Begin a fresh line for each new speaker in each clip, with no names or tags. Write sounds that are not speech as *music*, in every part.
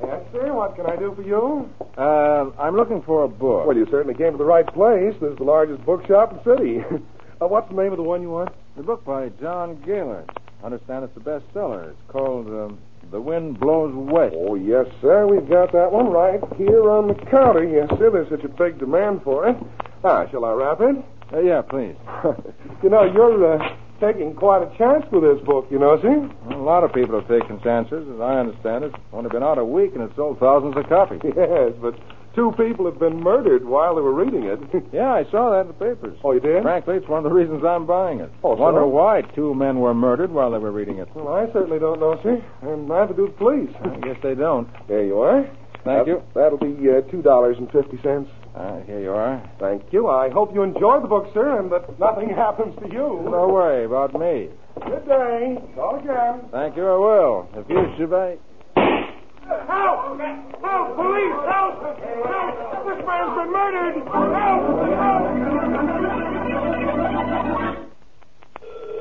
Dexter, what can I do for you?
Uh, I'm looking for a book.
Well, you certainly came to the right place. This is the largest bookshop in the city. *laughs* uh, what's the name of the one you want?
The book by John Gaylord. Understand it's the bestseller. It's called um, The Wind Blows West.
Oh, yes, sir. We've got that one right here on the counter. Yes, sir. There's such a big demand for it. Ah, shall I wrap it? *laughs*
Uh, yeah, please.
you know, you're uh, taking quite a chance with this book, you know, see? *laughs*
Well, a lot of people have taken chances, as I understand it. It's only been out a week and it's sold thousands of copies.
Yes, but two people have been murdered while they were reading it. *laughs*
Yeah, I saw that in the papers.
oh, you did?
Frankly, it's one of the reasons I'm buying it.
Oh, so?
Wonder why two men were murdered while they were reading it.
Well, I certainly don't know, sir. And neither do the
*laughs*
police.
I guess they don't.
there you are. That-
Thank you.
That'll be uh, $2.50.
Uh, here you are.
Thank you. I hope you enjoyed the book, sir, and that nothing *laughs* happens to you.
Don't worry about me.
Good day. Call again.
Thank you, I will. If you should I...
Help! Help! Police! Help! Help! This man's been murdered! Help! Help!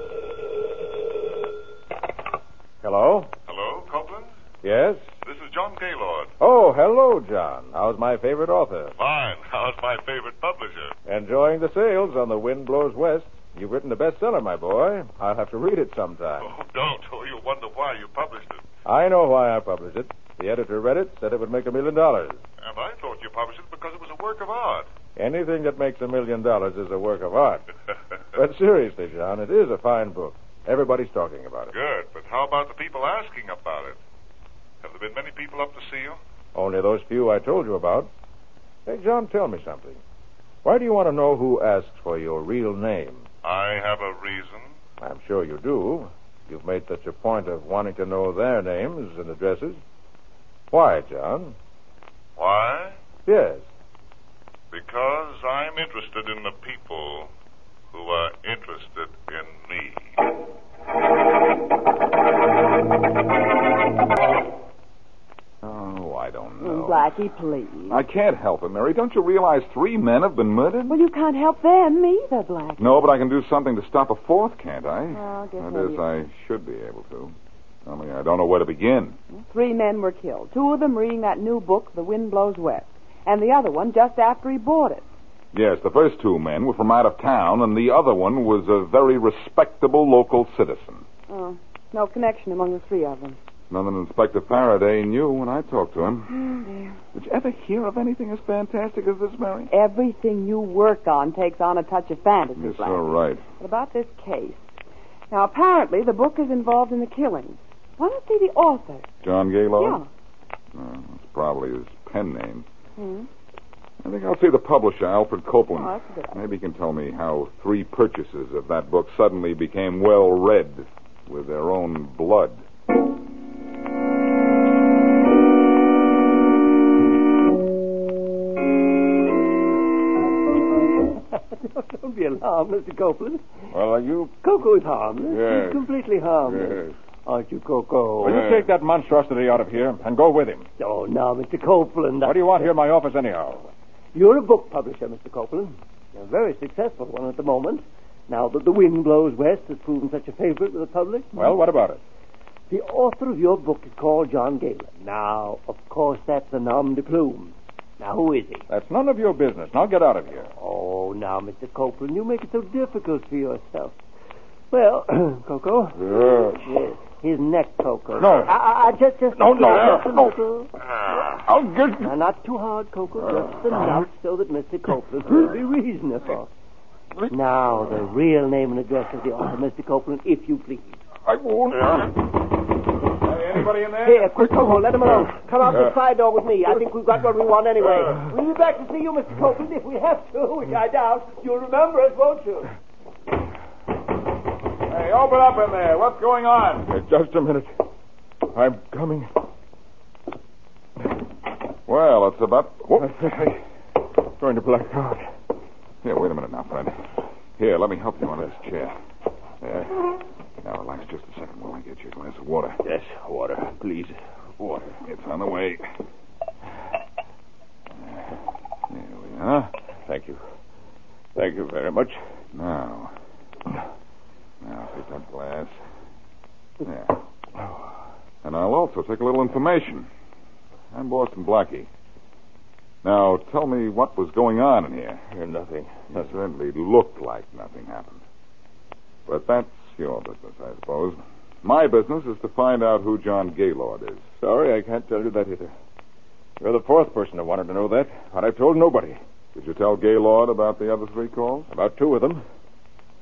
Hello?
Hello, Copeland?
Yes?
This is John Gaylord.
Oh, hello, John. How's my favorite author?
Fine. *laughs* How's my favorite publisher?
Enjoying the sales on The Wind Blows West. You've written a bestseller, my boy. I'll have to read it sometime.
Oh, don't. Oh, you'll wonder why you published it.
I know why I published it. The editor read it, said it would make a million dollars.
And I thought you published it because it was a work of art. *laughs*
Anything that makes a million dollars is a work of art. But seriously, John, it is a fine book. Everybody's talking about it.
Good, but how about the people asking about it? Have there been many people up to see you?
Only those few I told you about. Hey, John, tell me something. Why do you want to know who asked for your real name?
I have a reason.
I'm sure you do. You've made such a point of wanting to know their names and addresses. Why, John?
Why?
Yes.
Because I'm interested in the people who are interested in me.
Oh, I don't know.
Blackie, please.
I can't help it, Mary. Don't you realize three men have been murdered?
Well, you can't help them either, Blackie.
No, but I can do something to stop a fourth, can't I?
Oh, I guess
that
maybe-
is, I should be able to. Only I don't know where to begin.
Three men were killed. Two of them reading that new book, The Wind Blows West, and the other one just after he bought it.
Yes, the first two men were from out of town, and the other one was a very respectable local citizen.
Oh, no connection among the three of them.
None that Inspector Faraday knew when I talked to him.
Oh, dear.
Did you ever hear of anything as fantastic as this, Mary?
Everything you work on takes on a touch of fantasy,
Yes,
Blackie.
all right.
But about this case. Now, apparently, the book is involved in the killing. Why not see the author?
John Gaylord?
Yeah.
Yeah. That's probably his pen name.
Hmm.
I think I'll see the publisher, Alfred Copeland.
Oh, that's a good idea.
Maybe he can tell me how three purchases of that book suddenly became well read with their own blood.
Don't be alarmed, Mr. Copeland.
Well, are you?
Coco's harmless.
Yes.
He's completely harmless. Aren't you, Coco?
Will you take that monstrosity out of here and go with him?
Oh, now, Mr. Copeland.
What do you want here in my office, anyhow?
You're a book publisher, Mr. Copeland. A very successful one at the moment. Now that The Wind Blows West has proven such a favorite with the public,
Well, what about it?
the author of your book is called John Galen. Now, of course, that's a nom de plume. Now, who is he?
That's none of your business. Now get out of here.
Oh, now, Mr. Copeland, you make it so difficult for yourself. Well, *clears throat* Coco. Yes. His neck, Coco.
No.
I, I, I just, just.
No, no,
just a
no. Uh,
little.
Ah,
I'll get
Now, not too hard, Coco. Just
uh-huh.
enough so that Mr. Copeland will be reasonable. Now, the real name and address of the author, Mr. Copeland, if you please.
I won't.
Anybody in there?
Here, quick, Coco, let him alone. Come out
Uh.
the side door with me. I think we've got what we want anyway. We'll be back to see you, Mr. Copeland, if we have to, which I doubt. You'll remember us, won't you?
Hey, open up in there. What's going on? Uh, just a minute. I'm coming.
Well, it's about.
I
Whoop.
think I'm going to black out.
Here, wait a minute now, friend. Here, let me help you onto this chair. There. Now, relax just a second while I get you a glass of water.
Yes, water, please. Water.
It's on the way. There we are.
Thank you. Thank you very much.
Now. Now, take that glass. There. And I'll also take a little information. I'm Boston Blackie. Now, tell me what was going on in here.
nothing.
It certainly looked like nothing happened. But that's your business, I suppose. My business is to find out who John Gaylord is.
Sorry, I can't tell you that either. You're the fourth person who wanted to know that, and I've told nobody.
Did you tell Gaylord about the other three calls?
About two of them.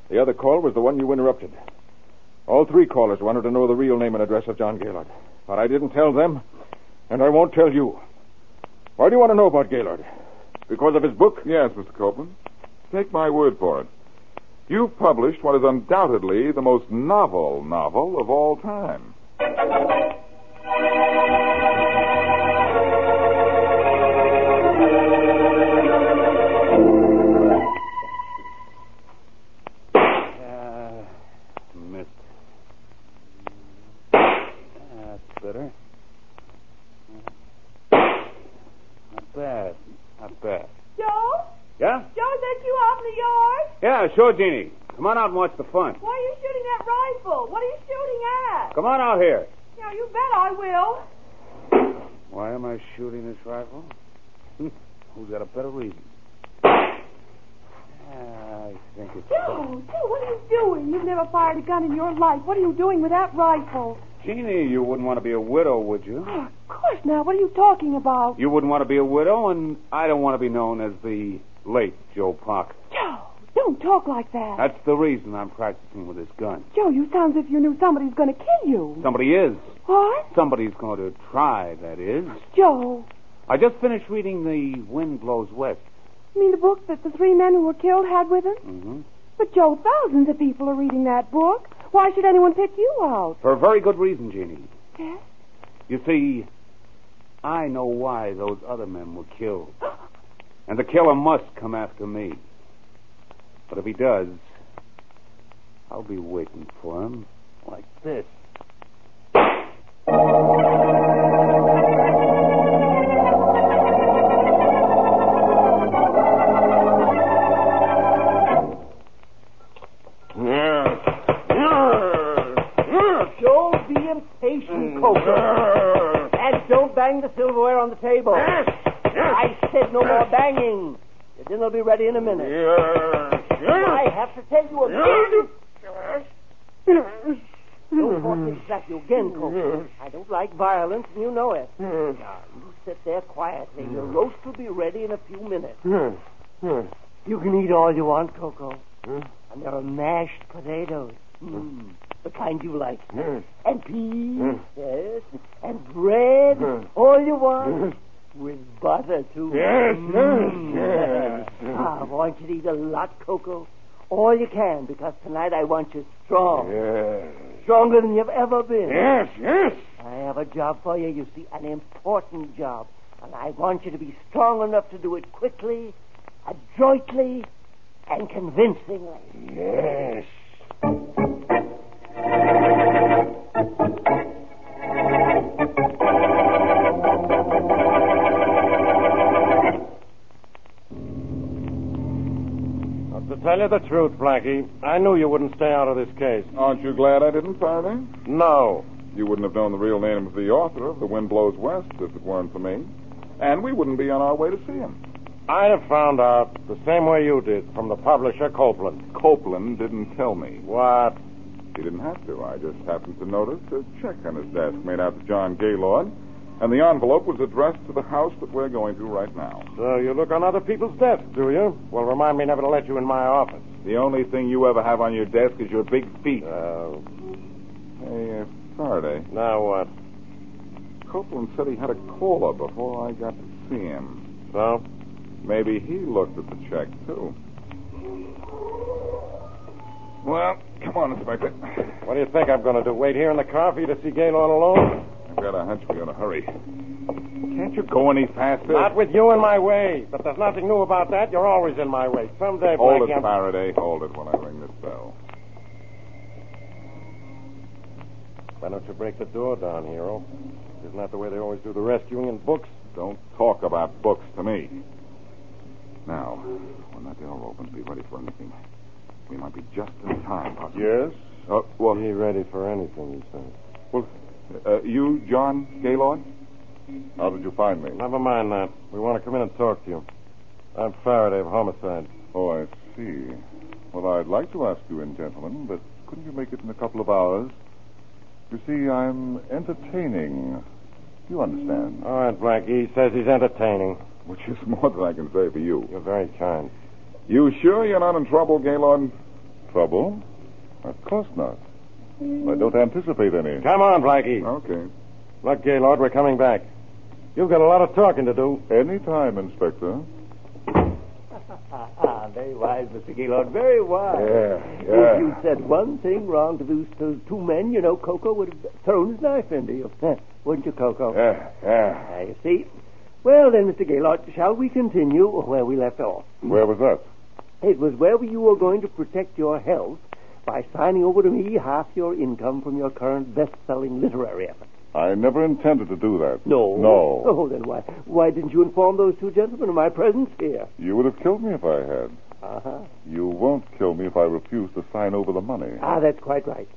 The other call was the one you interrupted. All three callers wanted to know the real name and address of John Gaylord, but I didn't tell them, and I won't tell you. Why do you want to know about Gaylord? Because of his book?
Yes, Mr. Copeland. Take my word for it. You published what is undoubtedly the most novel novel of all time.
Uh, missed. That's better. Not bad. Not bad.
Joe?
Yeah?
Joe sent you out in the yard?
Yeah, sure, Jeannie. Come on out and watch the fun.
Why are you shooting that rifle? What are you shooting at?
Come on out here.
Now, you bet I will.
Why am I shooting this rifle? *laughs* Hmm, Who's got a better reason? I think it's.
Joe, Joe, what are you doing? You've never fired a gun in your life. What are you doing with that rifle?
Jeannie, you wouldn't want to be a widow, would you?
Oh, of course not. What are you talking about?
You wouldn't want to be a widow, and I don't want to be known as the late Joe Parker.
Joe, don't talk like that.
That's the reason I'm practicing with this gun.
Joe, you sound as if you knew somebody's going to kill you.
Somebody is.
What?
Somebody's going to try, that is.
Joe,
I just finished reading The Wind Blows West.
you mean the book that the three men who were killed had with them?
Mm-hmm.
But, Joe, thousands of people are reading that book. Why should anyone pick you out?
For a very good reason, Jeannie.
Yes?
You see, I know why those other men were killed. And the killer must come after me. But if he does, I'll be waiting for him like this. Don't be impatient,
Mm.
Coker. And don't bang the silverware on the table. I said no more banging. The dinner'll be ready in a minute. I have to tell you again. Don't force me to slap you again, Coker. I don't like violence, and you know it. Now, you sit there quietly. Your roast will be ready in a few minutes. You can eat all you want, Coco. And there are mashed potatoes. Mm. The kind you like. And peas. Yes. And bread. All you want. With butter, too. Yes, yes, yes. I want you to eat a lot, Coco. All you can, because tonight I want you strong. Stronger than you've ever been. Yes, yes. I have a job for you, you see, an important job. And I want you to be strong enough to do it quickly adroitly and convincingly. Yes.
To tell you the truth, Blackie, I knew you wouldn't stay out of this case.
Aren't you glad I didn't fire him?
No.
You wouldn't have known the real name of the author of The Wind Blows West if it weren't for me. And we wouldn't be on our way to see him.
I have found out the same way you did from the publisher Copeland.
Copeland didn't tell me.
What?
He didn't have to. I just happened to notice a check on his desk made out to John Gaylord, and the envelope was addressed to the house that we're going to right now.
So you look on other people's desks, do you? Well, remind me never to let you in my office.
The only thing you ever have on your desk is your big feet.
Oh.
Hey, uh, Faraday,
Now what?
Copeland said he had a caller before I got to see him.
So?
Maybe he looked at the check, too. Well, come on, Inspector.
What do you think I'm going to do? Wait here in the car for you to see Gaylord alone?
I've got a hunch we're in a hurry. Can't you go any faster?
Not with you in my way. But there's nothing new about that. You're always in my way. Someday,
Hold
Blackie,
it,
I'm-
Faraday. Hold it when I ring this bell.
Why don't you break the door down, Hero? Isn't that the way they always do the rescuing in books?
Don't talk about books to me. Now, when that door opens, be ready for anything. We might be just in time, possibly.
Yes?
Uh, well,
Be ready for anything, he says.
well, uh, you, John Gaylord? How did you find me?
Never mind that. We want to come in and talk to you. I'm Faraday of Homicide.
Oh, I see. Well, I'd like to ask you in, gentlemen, but couldn't you make it in a couple of hours? You see, I'm entertaining. Do you understand?
All right, Blackie. He says he's entertaining.
Which is *laughs* more than I can say for you.
You're very kind.
You sure you're not in trouble, Gaylord? Trouble? Of course not. I don't anticipate any.
Come on, Blackie.
Okay.
Look, Gaylord, we're coming back. You've got a lot of talking to do.
Any time, Inspector.
*laughs* Ah, very wise, Mr. Gaylord. Very wise.
Yeah,
If you said one thing wrong to those, those two men, you know, Coco would have thrown his knife into you. *laughs* Wouldn't you, Coco?
Yeah, yeah.
Ah, you see? Well, then, Mr. Gaylord, shall we continue where we left off?
Where was that?
It was where you were going to protect your health by signing over to me half your income from your current best-selling literary effort.
I never intended to do that.
No.
No.
Oh, then why why didn't you inform those two gentlemen of my presence here?
You would have killed me if I had.
Uh-huh.
You won't kill me if I refuse to sign over the money.
Ah, that's quite right.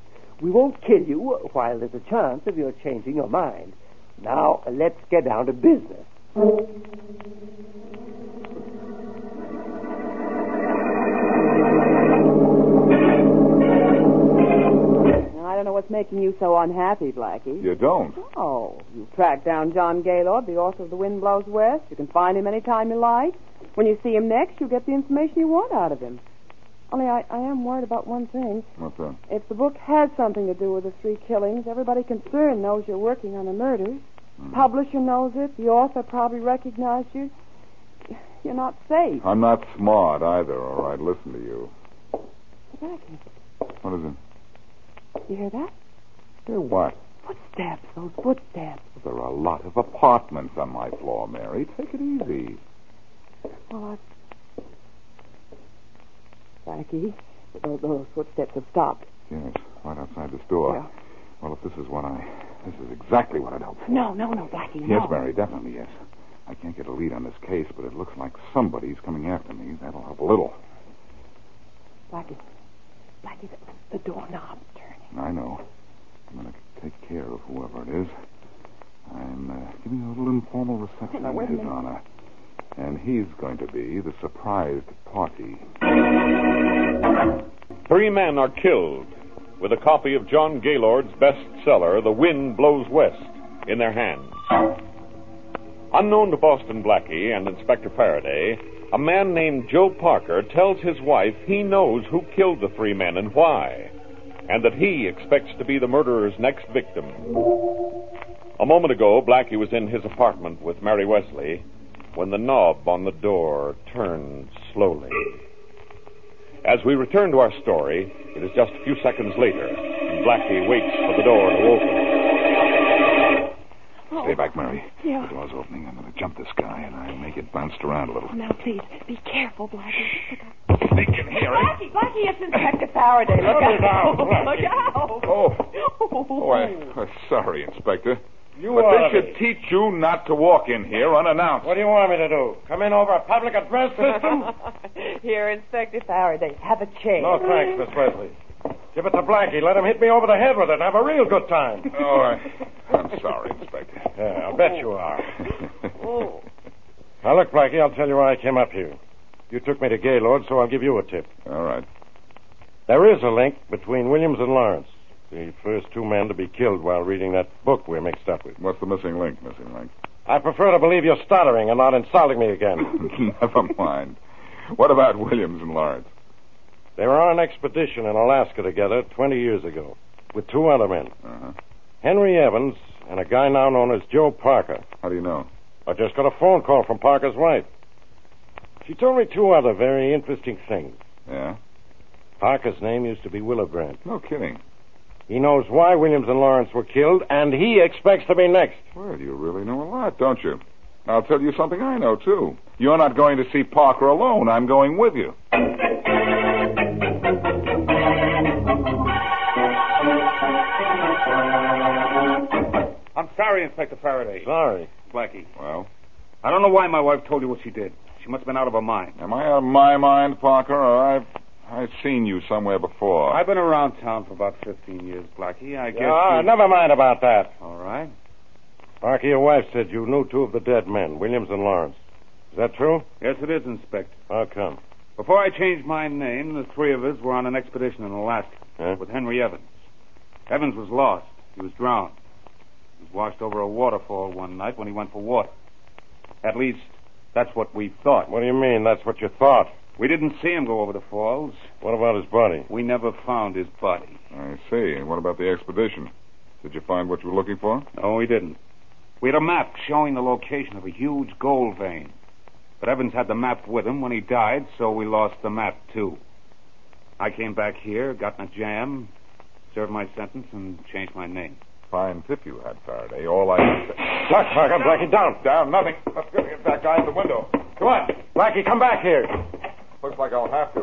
We won't kill you while there's a chance of your changing your mind. Now, let's get down to business.
Now, I don't know what's making you so unhappy, Blackie.
You don't.
Oh, you tracked down John Gaylord, the author of The Wind Blows West. You can find him any time you like. When you see him next, you get the information you want out of him. Only I, I am worried about one thing.
What's that?
If the book has something to do with the three killings, everybody concerned knows you're working on the murders. Publisher knows it. The author probably recognized you. You're not safe.
I'm not smart either, all right. Listen to you.
Blackie,
What is it?
you hear that?
Hear what?
Footsteps, those footsteps.
There are a lot of apartments on my floor, Mary. Take it easy.
Well, I... Blackie, those, those footsteps have stopped.
Yes, right outside this door.
Yeah.
Well, if this is what I. This is exactly what I don't.
No, no, no, Blackie,
Yes,
no.
Mary, definitely yes. I can't get a lead on this case, but it looks like somebody's coming after me. That'll help a little.
Blackie, Blackie, the, the doorknob's turning.
I know. I'm going to take care of whoever it is. I'm uh, giving a little informal reception
Now, wait
in
a
his
minute.
honor. And he's going to be the surprised party.
Three men are killed with a copy of John Gaylord's bestseller, The Wind Blows West, in their hands. Unknown to Boston Blackie and Inspector Faraday, a man named Joe Parker tells his wife he knows who killed the three men and why, and that he expects to be the murderer's next victim. A moment ago, Blackie was in his apartment with Mary Wesley when the knob on the door turned slowly. As we return to our story, it is just a few seconds later, and Blackie waits for the door to open.
Stay back, Mary.
Yeah.
The door's opening. I'm going to jump this guy, and I may get bounced around a little.
Now, please, be careful, Blackie.
They can
*laughs*
hear it.
Blackie, Blackie, it's Inspector Faraday. Look
Cut it
out.
out,
Look out.
Oh. Oh, I,
Oh.
I'm sorry, Inspector.
Hmm. You
but they
are.
should teach you not to walk in here unannounced.
What do you want me to do? Come in over a public address system?
Here, Inspector *laughs* Faraday, have a chair.
no thanks, Miss Wesley. Give it to Blackie. Let him hit me over the head with it. and Have a real good time.
Oh, I, I'm sorry, Inspector.
*laughs* Yeah, I'll bet you are. Now, look, Blackie, I'll tell you why I came up here. You took me to Gaylord, so I'll give you a tip.
*laughs* All right.
There is a link between Williams and Lawrence, the first two men to be killed while reading that book we're mixed up with.
What's the missing link, missing link? *laughs*
I prefer to believe you're stuttering and not insulting me again.
Never mind. What about Williams and Lawrence?
they were on an expedition in Alaska together 20 years ago with two other men,
Uh-huh.
Henry Evans and a guy now known as Joe Parker.
How do you know?
I just got a phone call from Parker's wife. She told me two other very interesting things.
Yeah?
Parker's name used to be Willibrandt.
No kidding.
He knows why Williams and Lawrence were killed, and he expects to be next.
Well, you really know a lot, don't you? I'll tell you something I know, too. You're not going to see Parker alone. I'm going with you.
I'm sorry, Inspector Faraday.
Sorry.
Blackie.
Well,
I don't know why my wife told you what she did. She must have been out of her mind.
am I out of my mind, Parker, or I've, I've seen you somewhere before?
I've been around town for about 15 years, Blackie. I guess.
Ah,
you-
never mind about that.
All right.
Parker, your wife said you knew two of the dead men, Williams and Lawrence. Is that true?
Yes, it is, Inspector.
How come?
Before I changed my name, the three of us were on an expedition in Alaska
Huh?
with Henry Evans. Evans was lost. He was drowned. He was washed over a waterfall one night when he went for water. At least, that's what we thought.
What do you mean, that's what you thought?
We didn't see him go over the falls.
What about his body?
We never found his body.
I see. And what about the expedition? Did you find what you were looking for?
No, we didn't. We had a map showing the location of a huge gold vein. But Evans had the map with him when he died, so we lost the map, too. I came back here, got in a jam, served my sentence, and changed my name.
Fine tip you had, Faraday. All I can say.
Black Parker, Blackie, down.
Down, nothing. Let's go get that guy in the window. Come on.
Blackie, come back here.
Looks like I'll have to.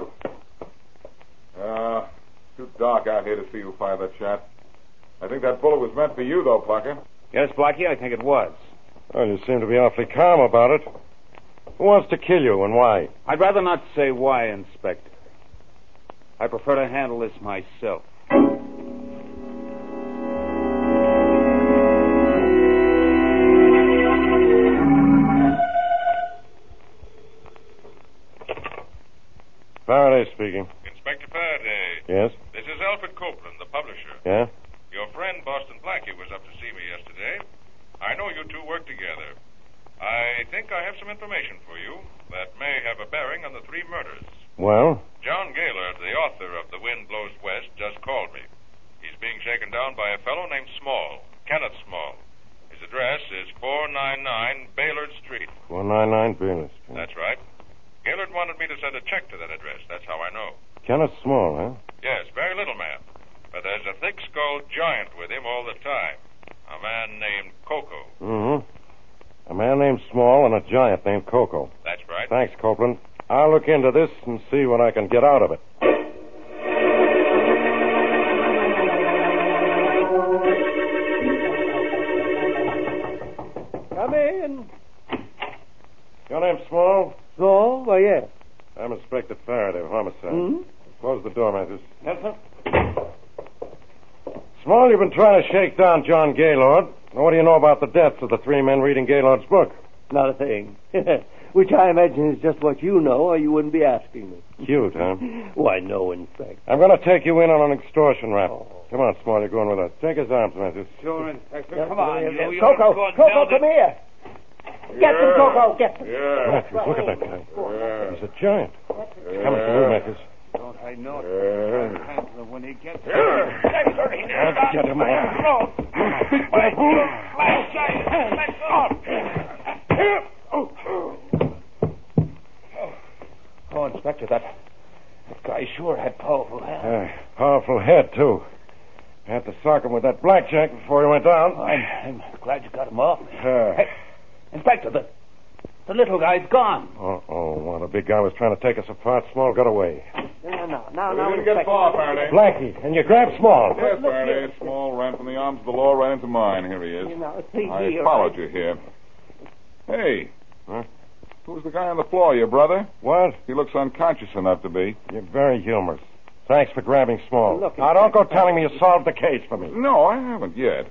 Uh, too dark out here to see who fired that shot. I think that bullet was meant for you, though, Parker.
Yes, Blackie, I think it was.
Well, you seem to be awfully calm about it. Who wants to kill you and why?
I'd rather not say why, Inspector. I prefer to handle this myself.
Faraday speaking.
Inspector Faraday.
Yes?
This is Alfred Copeland, the publisher.
Yeah?
Your friend Boston Blackie was up to see me yesterday. I know you two work together. I think I have some information for you that may have a bearing on the three murders.
Well?
John Gaylord, the author of The Wind Blows West, just called me. He's being shaken down by a fellow named Small, Kenneth Small. His address is 499 Baylor Street.
499 Venus.
That's right. Gaylord wanted me to send a check to that address. That's how I know.
Kenneth Small, huh?
Yes, very little man. But there's a thick skulled giant with him all the time. A man named Coco.
Mm-hmm. A man named Small and a giant named Coco.
That's right.
Thanks, Copeland. I'll look into this and see what I can get out of it.
Come in.
Your name's Small?
So, why, yes.
I'm Inspector Faraday of Homicide.
Hmm?
Close the door, Matthews. Yes, sir. Small, you've been trying to shake down John Gaylord. Now, What do you know about the deaths of the three men reading Gaylord's
*laughs*
book?
Not a thing. *laughs* Which I imagine is just what you know, or you wouldn't be asking me.
Cute, huh?
Oh,
Why, no, in fact.
I'm going to take you in on an extortion raffle. Come on, Small, you're going with us. Take his arms, Matthews.
Sure, Inspector.
Yeah,
Come on.
yeah,
you,
yeah.
you
Coco,
haven't gone
Coco,
down
come
to-
here. Get them, Coco, get them.
Yeah.
Matthews, look at that guy. He's a giant. He's coming for you, Matthews.
Don't I know it?
Yeah.
Chancellor, when he gets
Let's get him, man.
Oh, Inspector, that, that guy sure had powerful hands.
Uh, powerful head, too. Had to sock him with that blackjack before he went down.
I'm, I'm glad you got him off.
Uh,
Hey, Inspector, the, the little guy's gone.
Uh-oh, well, the big guy was trying to take us apart. Small got away.
No, no, no, no,
We
no,
didn't get
Inspector.
far, Faraday.
Blackie, and you grabbed Small.
Yes, Faraday. Small ran from the arms of the law right into mine. Here he
You
is.
know, see
I
here.
followed you here. Hey.
Huh?
Who's the guy on the floor, your brother?
What?
He looks unconscious enough to be.
You're very humorous. Thanks for grabbing Small.
Look,
now, don't go telling me you solved the case for me.
No, I haven't yet.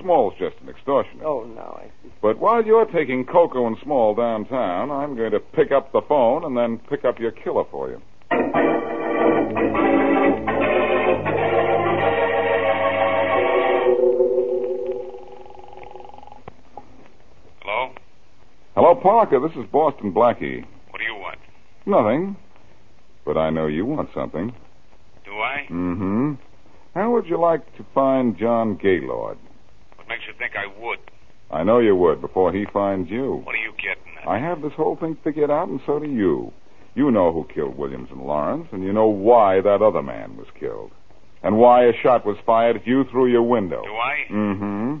Small's just an extortionist.
Oh, no, I see.
But while you're taking Coco and Small downtown, I'm going to pick up the phone and then pick up your killer for you.
Hello?
Hello, Parker. This is Boston Blackie.
What do you want?
Nothing. But I know you want something.
Do I?
Mm-hmm. How would you like to find John Gaylord?
What makes you think I would?
I know you would before he finds you.
What are you getting at?
I have this whole thing figured out, and so do you. You know who killed Williams and Lawrence, and you know why that other man was killed. And why a shot was fired at you through your window.
Do I?
Mm-hmm.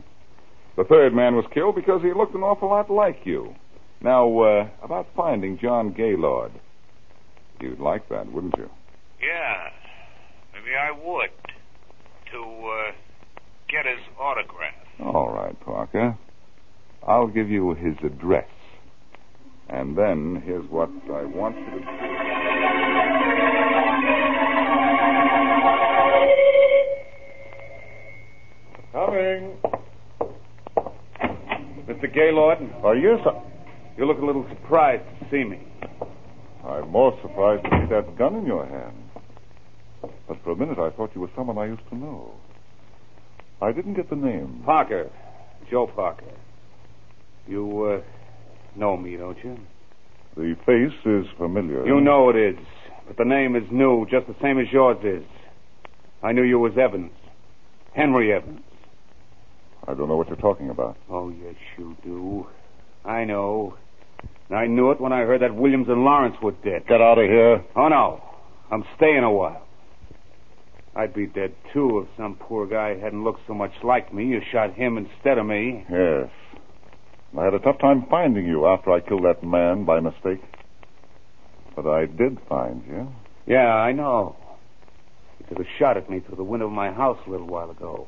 The third man was killed because he looked an awful lot like you. Now, uh, about finding John Gaylord. You'd like that, wouldn't you?
Yeah. Maybe I would. To, uh, get his autograph.
All right, Parker. I'll give you his address. And then here's what I want you to do.
Coming.
Mr. Gaylord.
Are you so...
You look a little surprised to see me.
I'm more surprised to see that gun in your hand. But for a minute I thought you were someone I used to know. I didn't get the name.
Parker. Joe Parker. You, uh, know me, don't you?
The face is familiar.
You know it is, but the name is new, just the same as yours is. I knew you as Evans. Henry Evans.
I don't know what you're talking about.
Oh, yes, you do. I know. And I knew it when I heard that Williams and Lawrence were dead.
Get out of here.
Oh, no. I'm staying a while. I'd be dead, too, if some poor guy hadn't looked so much like me. You shot him instead of me.
Yes. I had a tough time finding you after I killed that man by mistake. But I did find you.
Yeah, I know. You took a shot at me through the window of my house a little while ago.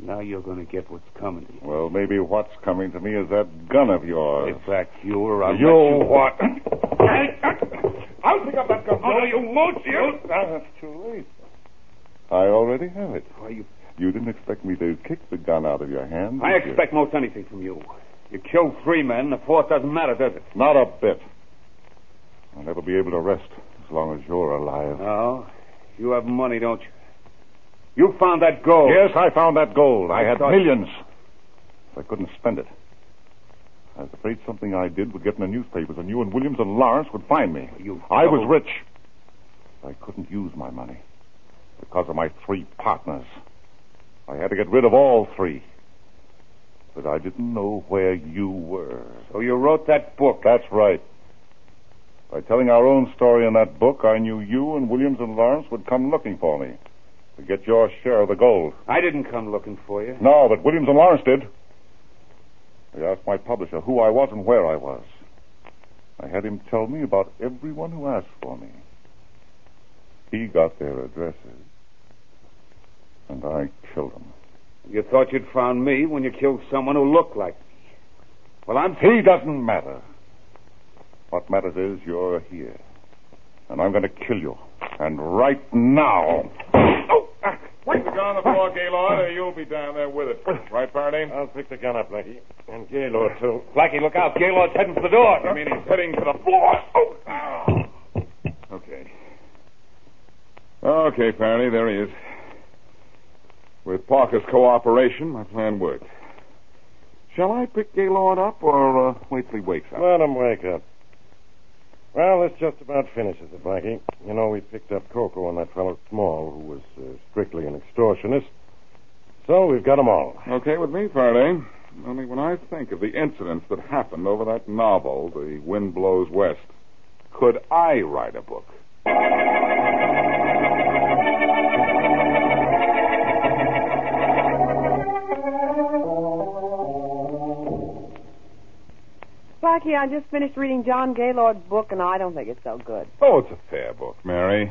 Now you're going to get what's coming to you.
Well, maybe what's coming to me is that gun of yours.
If that you or I'll
you
let you...
what? *coughs*
I'll pick up that gun. Oh, no, you won't, you.
That's too late. I already have it.
Why, you...
You didn't expect me to kick the gun out of your hand.
I
did you?
expect most anything from you. You kill three men, the fourth doesn't matter, does it?
Not a bit. I'll never be able to rest as long as you're alive.
No. You have money, don't you? You found that gold.
Yes, I found that gold. I,
I
had
thought-
millions. But I couldn't spend it. I was afraid something I did would get in the newspapers, and you and Williams and Lawrence would find me.
You
I was
double-
rich. But I couldn't use my money because of my three partners. I had to get rid of all three. But I didn't know where you were.
So you wrote that book.
That's right. By telling our own story in that book, I knew you and Williams and Lawrence would come looking for me to get your share of the gold.
I didn't come looking for you.
No, but Williams and Lawrence did. They asked my publisher who I was and where I was. I had him tell me about everyone who asked for me. He got their addresses. And I killed him.
You thought you'd found me when you killed someone who looked like me. Well, I'm.
He doesn't matter. What matters is you're here. And I'm going to kill you. And right now.
Put the gun on the floor, Gaylord, or you'll be down there with it. Right, Faraday?
I'll pick the gun up, Blackie. And Gaylord, too.
Blackie, look out. Gaylord's heading for the door.
I mean, he's heading for the floor. Oh. Okay. Okay, Faraday, there he is. With Parker's cooperation, my plan worked. Shall I pick Gaylord up or uh, wait till he wakes up?
Let him wake up. Well, this just about finishes it, Blackie. You know, we picked up Coco and that fellow Small, who was uh, strictly an extortionist. So we've got 'em all.
Okay with me, Faraday. Only when I think of the incidents that happened over that novel, The Wind Blows West, could I write a book?
Blackie, I just finished reading John Gaylord's book, and I don't think it's so good.
Oh, it's a fair book, Mary.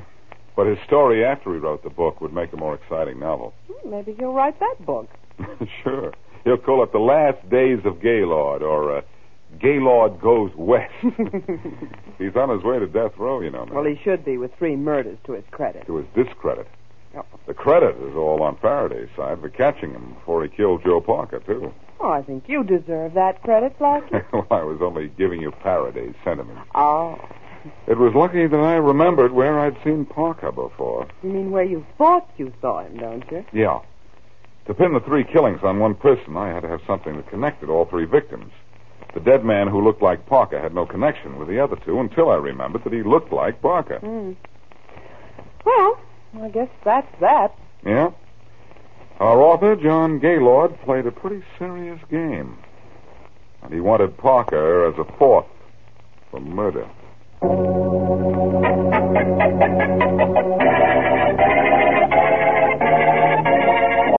But his story after he wrote the book would make a more exciting novel.
Hmm, Maybe he'll write that book.
*laughs* sure. He'll call it The Last Days of Gaylord or uh, Gaylord Goes
*laughs*
West. He's on his way to death row, you know. Mary.
Well, he should be with three murders to his credit.
to his discredit.
Yep.
The credit is all on Faraday's side for catching him before he killed Joe Parker, too. *laughs*
Oh, I think you deserve that credit, Blackie.
well, I was only giving you Faraday's sentiment.
oh,
It was lucky that I remembered where I'd seen Parker before.
you mean where you thought you saw him, don't you?
Yeah. To pin the three killings on one person, I had to have something that connected all three victims. The dead man who looked like Parker had no connection with the other two until I remembered that he looked like Parker.
Hmm. Well, I guess that's that.
Yeah? Our author, John Gaylord, played a pretty serious game. And he wanted Parker as a fourth for murder.